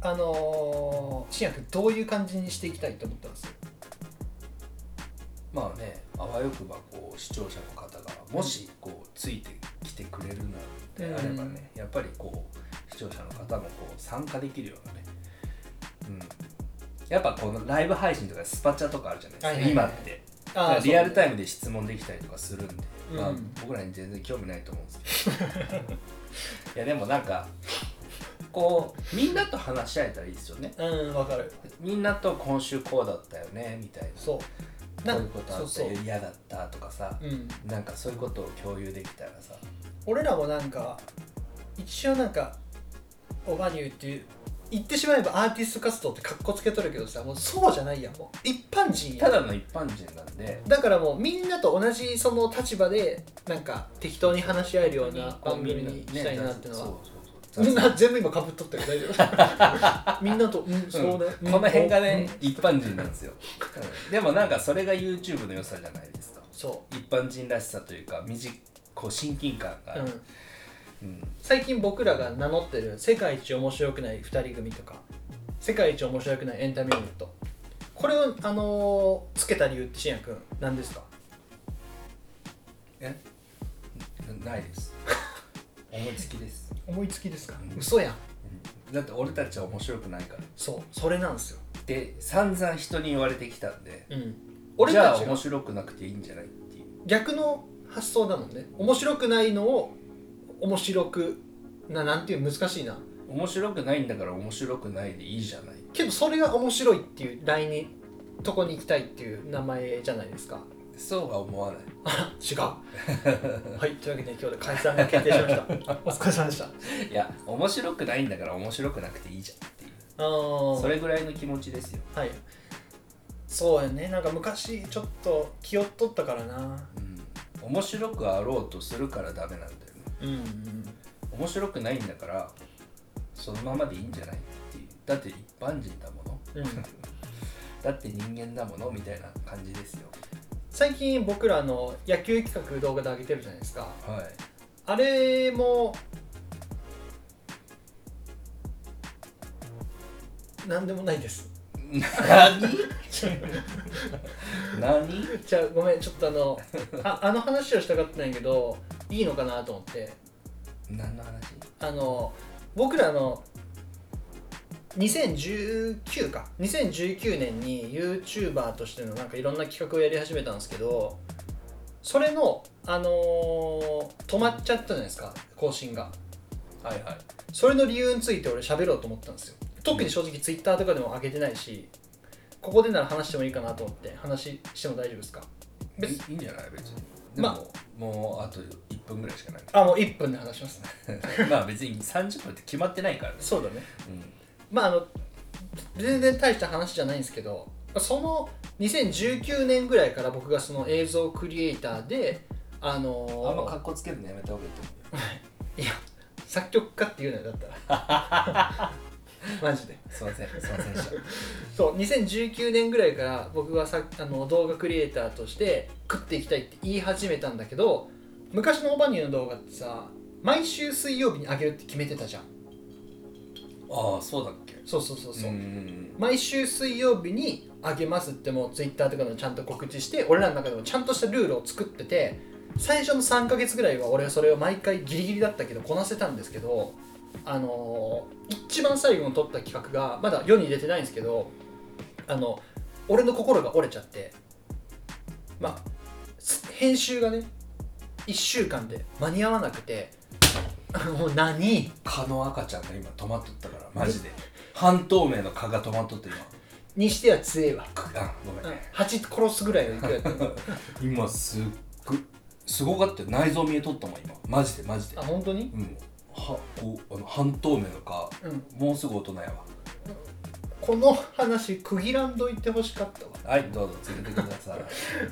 Speaker 1: あのー、新薬どういう感じにしていきたいと思ってます
Speaker 2: まあねあわよくばこう視聴者の方がもしこうついてきてくれるのであればね、やっぱりこう視聴者の方もこう参加できるようなね、うん、やっぱこのライブ配信とかスパチャとかあるじゃないですか、
Speaker 1: はいはいはい
Speaker 2: 今ってだからリアルタイムで質問できたりとかするんで、
Speaker 1: うん
Speaker 2: まあ、僕らに全然興味ないと思うんです けどいやでもなんかこうみんなと話し合えたらいいですよね
Speaker 1: ムうんわかる
Speaker 2: みんなと今週こうだったよねみたいな
Speaker 1: そう
Speaker 2: こういうことあ
Speaker 1: そう
Speaker 2: っ
Speaker 1: そう
Speaker 2: て、嫌だったとかさ
Speaker 1: うん、
Speaker 2: なんかそういうことを共有できたらさ
Speaker 1: 俺らもなんか一応なんかオバニューっていう言ってしまえばアーティスト活動ってかっこつけとるけどさもうそうじゃないやんもう一般人や
Speaker 2: た
Speaker 1: ん
Speaker 2: だの一般人なんで
Speaker 1: だからもうみんなと同じその立場でなんか適当に話し合えるような番組にしたいなってのは、
Speaker 2: そうそう
Speaker 1: み
Speaker 2: そ
Speaker 1: ん
Speaker 2: う
Speaker 1: な全部今かぶっとったけど大丈夫 みんなと、うん、そうね、
Speaker 2: うんこの辺がね、一般人なんですよ、うんでもなんかそれが YouTube の良さじゃないですか
Speaker 1: そ
Speaker 2: 一般人らしさというか身近こう親近感があ
Speaker 1: う、う
Speaker 2: る、
Speaker 1: ん、
Speaker 2: うん
Speaker 1: 最近僕らが名乗ってる世界一面白くない2人組とか世界一面白くないエンタメユニットこれを、あのーつけた理由ってしんやくん何ですか
Speaker 2: えなないです 思いつきです、
Speaker 1: 思いつきですか、
Speaker 2: うん
Speaker 1: 嘘やん
Speaker 2: うんだって俺たちは面白くないから
Speaker 1: そうそれなんですよ、
Speaker 2: で散々人に言われてきたんで
Speaker 1: うん、俺
Speaker 2: じゃ
Speaker 1: た
Speaker 2: あ
Speaker 1: ち
Speaker 2: 面
Speaker 1: が
Speaker 2: 白くなくていいんじゃないっていう
Speaker 1: 逆の発想だもんね面白くないのを面白くななんていう難しいな
Speaker 2: 面白くないんだから面白くないでいいじゃない
Speaker 1: けどそれが面白いっていうラインにとこに行きたいっていう名前じゃないですか
Speaker 2: そうは思わない
Speaker 1: 違う はいというわけで今日で解散が決定しました お疲れ様でした
Speaker 2: いや面白くないんだから面白くなくていいじゃんっていう
Speaker 1: あ
Speaker 2: それぐらいの気持ちですよ、
Speaker 1: はいそうやねなんか昔ちょっと気負っとったからな
Speaker 2: うん、面白くあろうとするからダメなんだよね
Speaker 1: うんうん
Speaker 2: 面白くないんだからそのままでいいんじゃないっていうだって一般人だもの
Speaker 1: うん、
Speaker 2: だって人間だものみたいな感じですよ
Speaker 1: 最近僕らの野球企画動画で上げてるじゃないですか
Speaker 2: はい
Speaker 1: あれもなんでもないです
Speaker 2: 何
Speaker 1: じゃあごめんちょっとあのああの話をしたかったんやけどいいのかなと思って
Speaker 2: 何何の話
Speaker 1: あの僕らの2019か2019年に YouTuber としてのなんかいろんな企画をやり始めたんですけどそれの、あのー止まっちゃったじゃないですか更新が
Speaker 2: はいはい
Speaker 1: それの理由について俺喋ろうと思ったんですよ特に正直 Twitter とかでも上げてないしここでなら話してもいいかなと思って話しても大丈夫ですか別
Speaker 2: いいいんじゃない別にでも、
Speaker 1: まあ
Speaker 2: もうあと1分ぐらいしかない
Speaker 1: あもう1分で話しますね
Speaker 2: まあ別に30分って決まってないからね、
Speaker 1: そうだね
Speaker 2: うん
Speaker 1: まああの全然大した話じゃないんですけどその2019年ぐらいから僕がその映像クリエイターであのー
Speaker 2: あんま格好つけるのやめた方がいいと思うよ
Speaker 1: いや作曲家っていうのよだった らマジです
Speaker 2: いませんすいませんでした
Speaker 1: そう2019年ぐらいから僕はさあの動画クリエイターとして食っていきたいって言い始めたんだけど昔のオバニューの動画ってさ毎週水曜日に上げるって決めてたじゃん
Speaker 2: ああそうだっけ
Speaker 1: そうそうそうそう、
Speaker 2: ん
Speaker 1: 毎週水曜日にあげますってもうツイッターとかでもちゃんと告知して俺らの中でもちゃんとしたルールを作ってて最初の3ヶ月ぐらいは俺はそれを毎回ギリギリだったけどこなせたんですけどあのー一番最後に撮った企画がまだ世に出てないんですけどあの俺の心が折れちゃってまあす編集がね1週間で間に合わなくて もう何
Speaker 2: 蚊の赤ちゃんが今止まっとったからマジで半透明の蚊が止まっとって今
Speaker 1: にしては強えわ
Speaker 2: くあごめん、
Speaker 1: 蜂殺すぐらいの勢いだった
Speaker 2: 今すっごすごかったよ内臓見えとったもん今マジでマジで
Speaker 1: あ本当に
Speaker 2: うんはこうあの半透明の蚊
Speaker 1: うん
Speaker 2: もうすぐ大人やわ
Speaker 1: この話区切らんといてほしかったわ
Speaker 2: はいどうぞ続けてくだ さい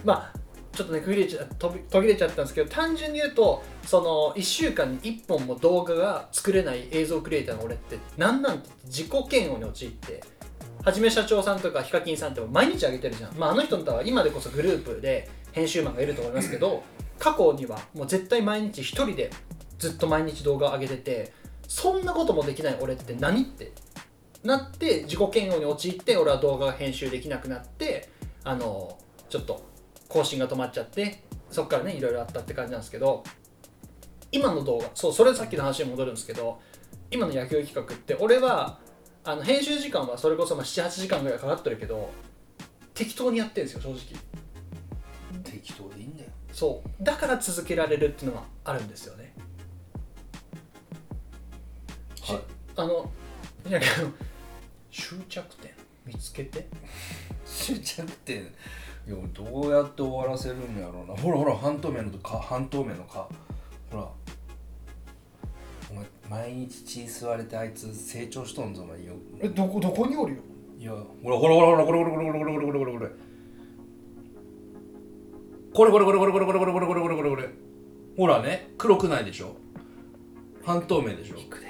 Speaker 1: まあちょっとね区切れちゃ飛び途切れちゃったんですけど単純に言うとその1週間に1本も動画が作れない映像クリエイターの俺って何なんて自己嫌悪に陥ってはじめ社長さんとかヒカキンさんって毎日あげてるじゃん、まあ、あの人のとは今でこそグループで編集マンがいると思いますけど過去にはもう絶対毎日1人でずっと毎日動画上げててそんなこともできない俺って何ってなって自己嫌悪に陥って俺は動画が編集できなくなってあのちょっと更新が止まっちゃってそっからねいろいろあったって感じなんですけど今の動画そうそれさっきの話に戻るんですけど今の野球企画って俺はあの編集時間はそれこそまあ78時間ぐらいかかってるけど適当にやってるんですよ正直
Speaker 2: 適当でいいんだよ
Speaker 1: そうだから続けられるっていうのはあるんですよねし
Speaker 2: はい
Speaker 1: あのなんかあの終着点見つけて
Speaker 2: 終着点いやどうやって終わらせるんやろうなほらほら半透明のか半透明のかほらお前毎日血吸われてあいつ成長しとんぞお前よ
Speaker 1: どこどこにおるよ
Speaker 2: いやほらほらほらほらこれこれこれこれこれこれこれこれこれこれこれこれこれこれこれこれこれこれこれこれほらね黒くないでしょ半透明でしょ
Speaker 1: 行くで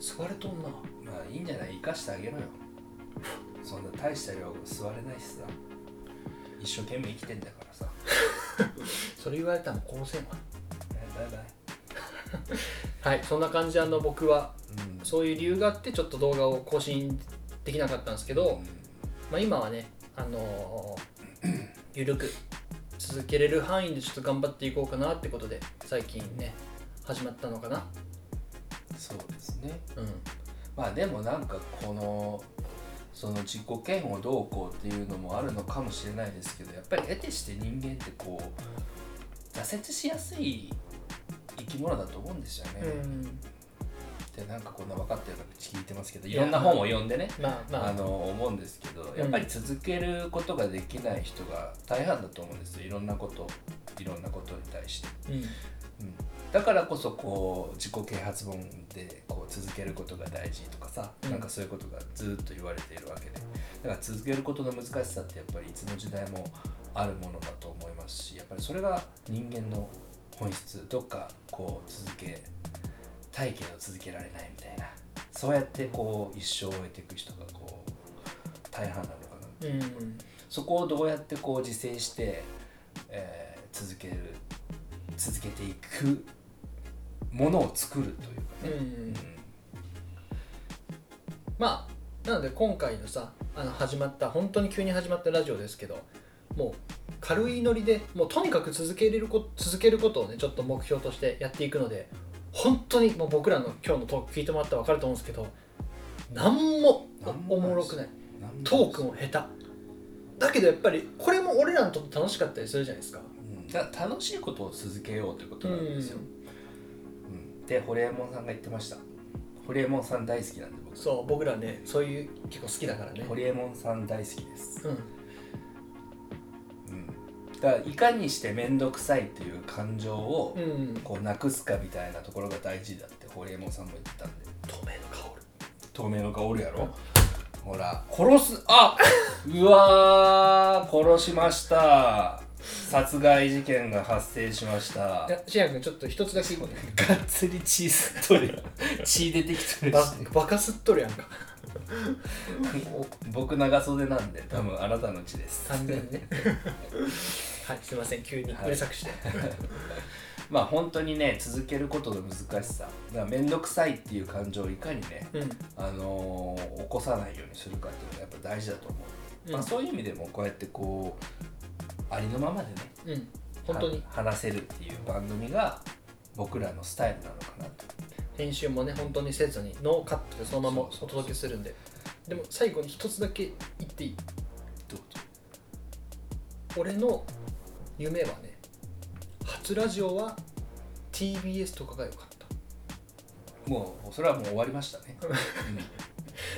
Speaker 1: 座れとんな
Speaker 2: まあいいんじゃない生かしてあげろよそんな大した量座れないしさ一生懸命生きてんだからさ
Speaker 1: それ言われたらもう殺せんわ
Speaker 2: バイバイ
Speaker 1: はいそんな感じであの僕は
Speaker 2: うん
Speaker 1: そういう理由があってちょっと動画を更新できなかったんですけど、まあ、今はね、あのー 緩く続けれる範囲でちょっと頑張っていこうかなってことで最近ね始まったのかな
Speaker 2: そうですね
Speaker 1: うん
Speaker 2: まあでもなんかこのその自己嫌悪どうこうっていうのもあるのかもしれないですけどやっぱり得てして人間ってこう挫折しやすい生き物だと思うんですよね、
Speaker 1: うん
Speaker 2: でなんかこんな分かってるような口聞いてますけど
Speaker 1: い
Speaker 2: い
Speaker 1: や
Speaker 2: ろんな本を読んでね
Speaker 1: まあま
Speaker 2: あ
Speaker 1: あ
Speaker 2: の思うんですけどやっぱり続けることができない人が大半だと思うんですよいろんなこといろんなことに対して、
Speaker 1: うん
Speaker 2: うん、だからこそこう自己啓発本でこう続けることが大事とかさ、
Speaker 1: うん
Speaker 2: なんかそういうことがずっと言われているわけでだから続けることの難しさってやっぱりいつの時代もあるものだと思いますしやっぱりそれが人間の本質どっかこう続け体験を続けられないみたいなそうやってこう一生を終えていく人がこう大半なのかな
Speaker 1: うん
Speaker 2: そこをどうやってこう自制して、えー続ける続けていくものを作ると
Speaker 1: う
Speaker 2: いうかね、
Speaker 1: ん
Speaker 2: うん
Speaker 1: まあなので今回のさあの始まった本当に急に始まったラジオですけどもう軽いノリでもうとにかく続けれるこ続けることをねちょっと目標としてやっていくので本当にもう僕らの今日のトーク聞いてもらったら分かると思うんですけど何も
Speaker 2: なんも
Speaker 1: お
Speaker 2: ない
Speaker 1: もろくない
Speaker 2: なんだ
Speaker 1: トークも下手だけどやっぱりこれも俺らにとって楽しかったりするじゃないですか
Speaker 2: うんだから楽しいことを続けようということなんですよ、うんでホリエモンさんが言ってましたホリエモンさん大好きなんで僕
Speaker 1: そう僕らねそういう結構好きだからね
Speaker 2: ホリエモンさん大好きです、
Speaker 1: うん
Speaker 2: うん、だからいかにして面倒くさいっていう感情を、
Speaker 1: うん
Speaker 2: こうなくすかみたいなところが大事だってホリエモンさんも言ってたんで
Speaker 1: 透明の香
Speaker 2: 透明の顔おるやろほら殺すあうわー殺しました殺害事件が発生しました
Speaker 1: りいや信也君ちょっと一つだけ
Speaker 2: がっつり血吸っとるやん 血出てきとる
Speaker 1: ば
Speaker 2: し
Speaker 1: バカすっとるやんか
Speaker 2: 僕長袖なんで多分あなたの血で す
Speaker 1: 完全にねはいすいません急にうるさくして、
Speaker 2: まあ本当にね続けることの難しさだから面倒くさいっていう感情をいかにね、
Speaker 1: うん
Speaker 2: あのー起こさないようにするかっていうのはやっぱ大事だと思う、
Speaker 1: うん
Speaker 2: まあ、そういう意味でもこうやってこうありのままでね
Speaker 1: うん本当に
Speaker 2: は話せるっていう番組が僕らのスタイルなのかなと
Speaker 1: 編集もね本当にせずにノーカットでそのままお
Speaker 2: そうそうそう
Speaker 1: 届けするんででも最後に一つだけ言っていい
Speaker 2: どうぞ
Speaker 1: 俺の夢はね初ラジオは TBS とかが良かった
Speaker 2: もうそれはもう終わりました ね、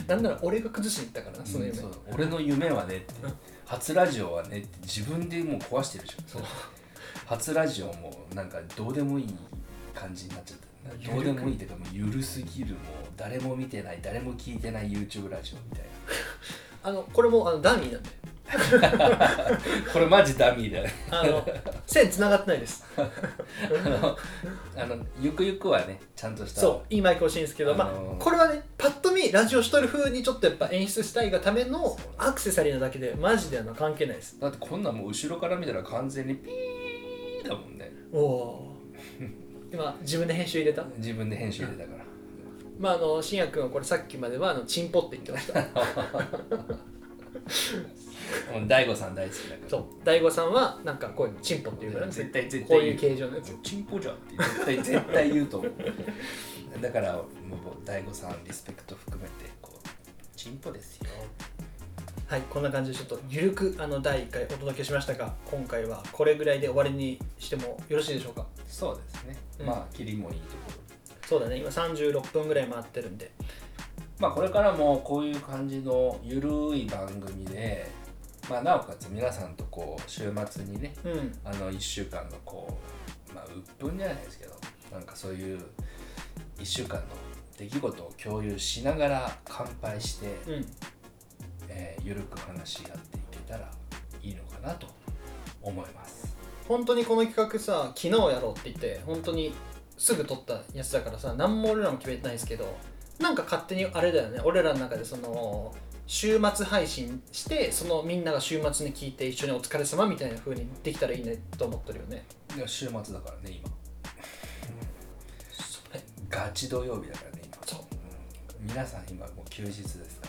Speaker 1: なんなら俺が崩しに行ったから
Speaker 2: う
Speaker 1: なんその夢、
Speaker 2: そう俺の夢はねって
Speaker 1: うん
Speaker 2: 初ラジオはねって自分でもう壊してるじゃん
Speaker 1: そう
Speaker 2: 初ラジオもなんかどうでもいい感じになっちゃったどうでもいいっていうかもうゆるすぎるもう誰も見てない誰も聞いてない YouTube ラジオみたい
Speaker 1: あのこれもあのダミーなんで
Speaker 2: なこれマジダミ ーだね
Speaker 1: あ の線繋がってないです
Speaker 2: あのあのゆくゆくはねちゃんとした
Speaker 1: そういいマイク欲しいんですけど、
Speaker 2: あの
Speaker 1: ま
Speaker 2: ー
Speaker 1: あこれはねパッと見ラジオしとる風にちょっとやっぱ演出したいがためのアクセサリーなだけでマジであの関係ないです
Speaker 2: だってこんなんもう後ろから見たら完全にピーだもんね
Speaker 1: おおー 今自分で編集入れた
Speaker 2: 自分で編集入れたから
Speaker 1: まああの信也君はこれさっきまではあのチンポって言ってま した
Speaker 2: もう大悟さん大好きだから
Speaker 1: そう大悟さんはなんかこういうのチンポって言うからね
Speaker 2: 絶対絶対
Speaker 1: こういう形状のやつ
Speaker 2: チンポじゃんって絶対絶対言うと思うだからもう大悟さんリスペクト含めてこうチンポですよ
Speaker 1: はいこんな感じでちょっとゆるくあの第1回お届けしましたが今回はこれぐらいで終わりにしてもよろしいでしょうか
Speaker 2: そうですね、
Speaker 1: うん
Speaker 2: まあ切りもいいところ
Speaker 1: そうだね今36分ぐらい回ってるんで
Speaker 2: まあこれからもこういう感じのゆるい番組でまあなおかつ皆さんとこう週末にね
Speaker 1: うん
Speaker 2: あの1週間のこうまあ鬱憤じゃないですけどなんかそういう1週間の出来事を共有しながら乾杯して、
Speaker 1: うん
Speaker 2: えー、ゆるく話し合っていけたらいいのかなと思います
Speaker 1: 本当にこの企画さ昨日やろうって言って本当にすぐ撮ったやつだからさ何も俺らも決めてないですけどなんか勝手にあれだよね俺らの中でその週末配信してそのみんなが週末に聞いて一緒にお疲れ様みたいな風にできたらいいねと思ってるよね
Speaker 2: いや週末だからね今ガチ土曜日だからね今
Speaker 1: そう
Speaker 2: うん皆さん今もう休日ですか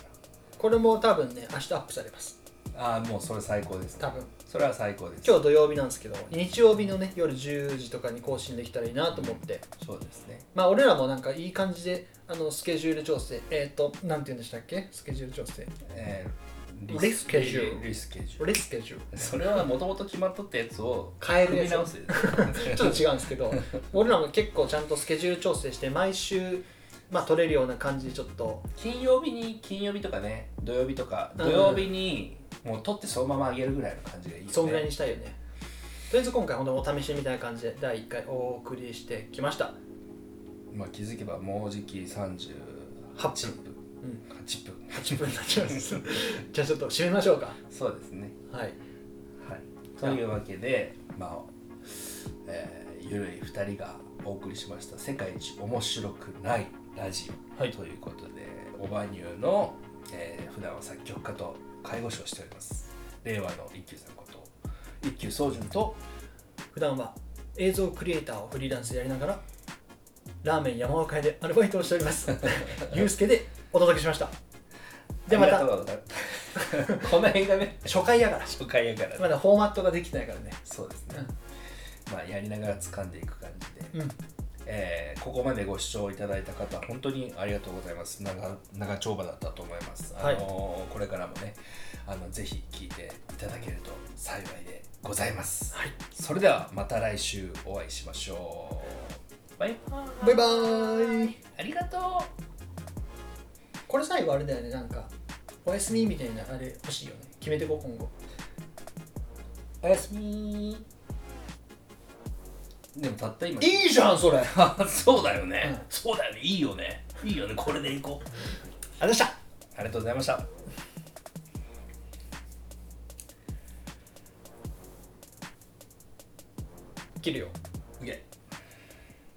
Speaker 1: これも多分ね明日アップされます
Speaker 2: らああもうそれ最高ですね
Speaker 1: 多分
Speaker 2: それは最高です
Speaker 1: 今日土曜日なんですけど日曜日のね夜10時とかに更新できたらいいなと思って
Speaker 2: そうですね
Speaker 1: まあ俺らもなんかいい感じであのスケジュール調整えっ、ー、と何て言うんでしたっけスケジュール調整
Speaker 2: えー
Speaker 1: リスケジュール
Speaker 2: リスケジュール
Speaker 1: レスケジュール
Speaker 2: それはもともと決まっとったやつを
Speaker 1: 変える
Speaker 2: 組
Speaker 1: や
Speaker 2: み
Speaker 1: つ
Speaker 2: 直す
Speaker 1: ちょっと違うんですけ ど俺らも結構ちゃんとスケジュール調整して毎週、まあ、取れるような感じでちょっと
Speaker 2: 金曜日に金曜日とかね土曜日とか
Speaker 1: うん
Speaker 2: 土曜日にもう取ってそのまま上げるぐらいの感じがいいよね
Speaker 1: そんぐらいにしたいよねとりあえず今回本当にお試しみたいな感じで第1回お送りしてきました
Speaker 2: まあ気づけばもうじき38分
Speaker 1: うん
Speaker 2: 8分
Speaker 1: 8分になっちゃいます じゃあちょっと締めましょうか
Speaker 2: そうですね
Speaker 1: はい
Speaker 2: はいというわけでまあ、えーゆるい2人がお送りしました「世界一面白くないラジオ」
Speaker 1: はい
Speaker 2: ということでオバニューの、えー普段は作曲家と介護士をしております令和の一休さんこと一休宗純と
Speaker 1: 普段は映像クリエイターをフリーランスでやりながらラーメン山岡屋でアルバイトをしております ゆうすけでお届けしましたでま
Speaker 2: あり
Speaker 1: た
Speaker 2: がとうございま すこの辺がね
Speaker 1: 初回やから
Speaker 2: 初回やから、
Speaker 1: まだフォーマットができてないからね
Speaker 2: そうですね、まあやりながら掴んでいく感じで、
Speaker 1: うん
Speaker 2: えーここまでご視聴いただいた方本当にありがとうございます長長丁場だったと思います、
Speaker 1: はい
Speaker 2: あのーこれからもねあのぜひ聞いていただけると幸いでございます
Speaker 1: はい
Speaker 2: それではまた来週お会いしましょうバイバーイ
Speaker 1: バイバーイ
Speaker 2: ありがとう
Speaker 1: これ最後あれだよねなんかおやすみみたいなあれ欲しいよね決めてこう今後
Speaker 2: おやすみでもたった今
Speaker 1: いいじゃんそれありがとう
Speaker 2: あ そうだよね、
Speaker 1: うん
Speaker 2: そうだよねいいよねいいよねこれでいこう
Speaker 1: ございました
Speaker 2: ありがとうございました
Speaker 1: 切るよ
Speaker 2: イェイ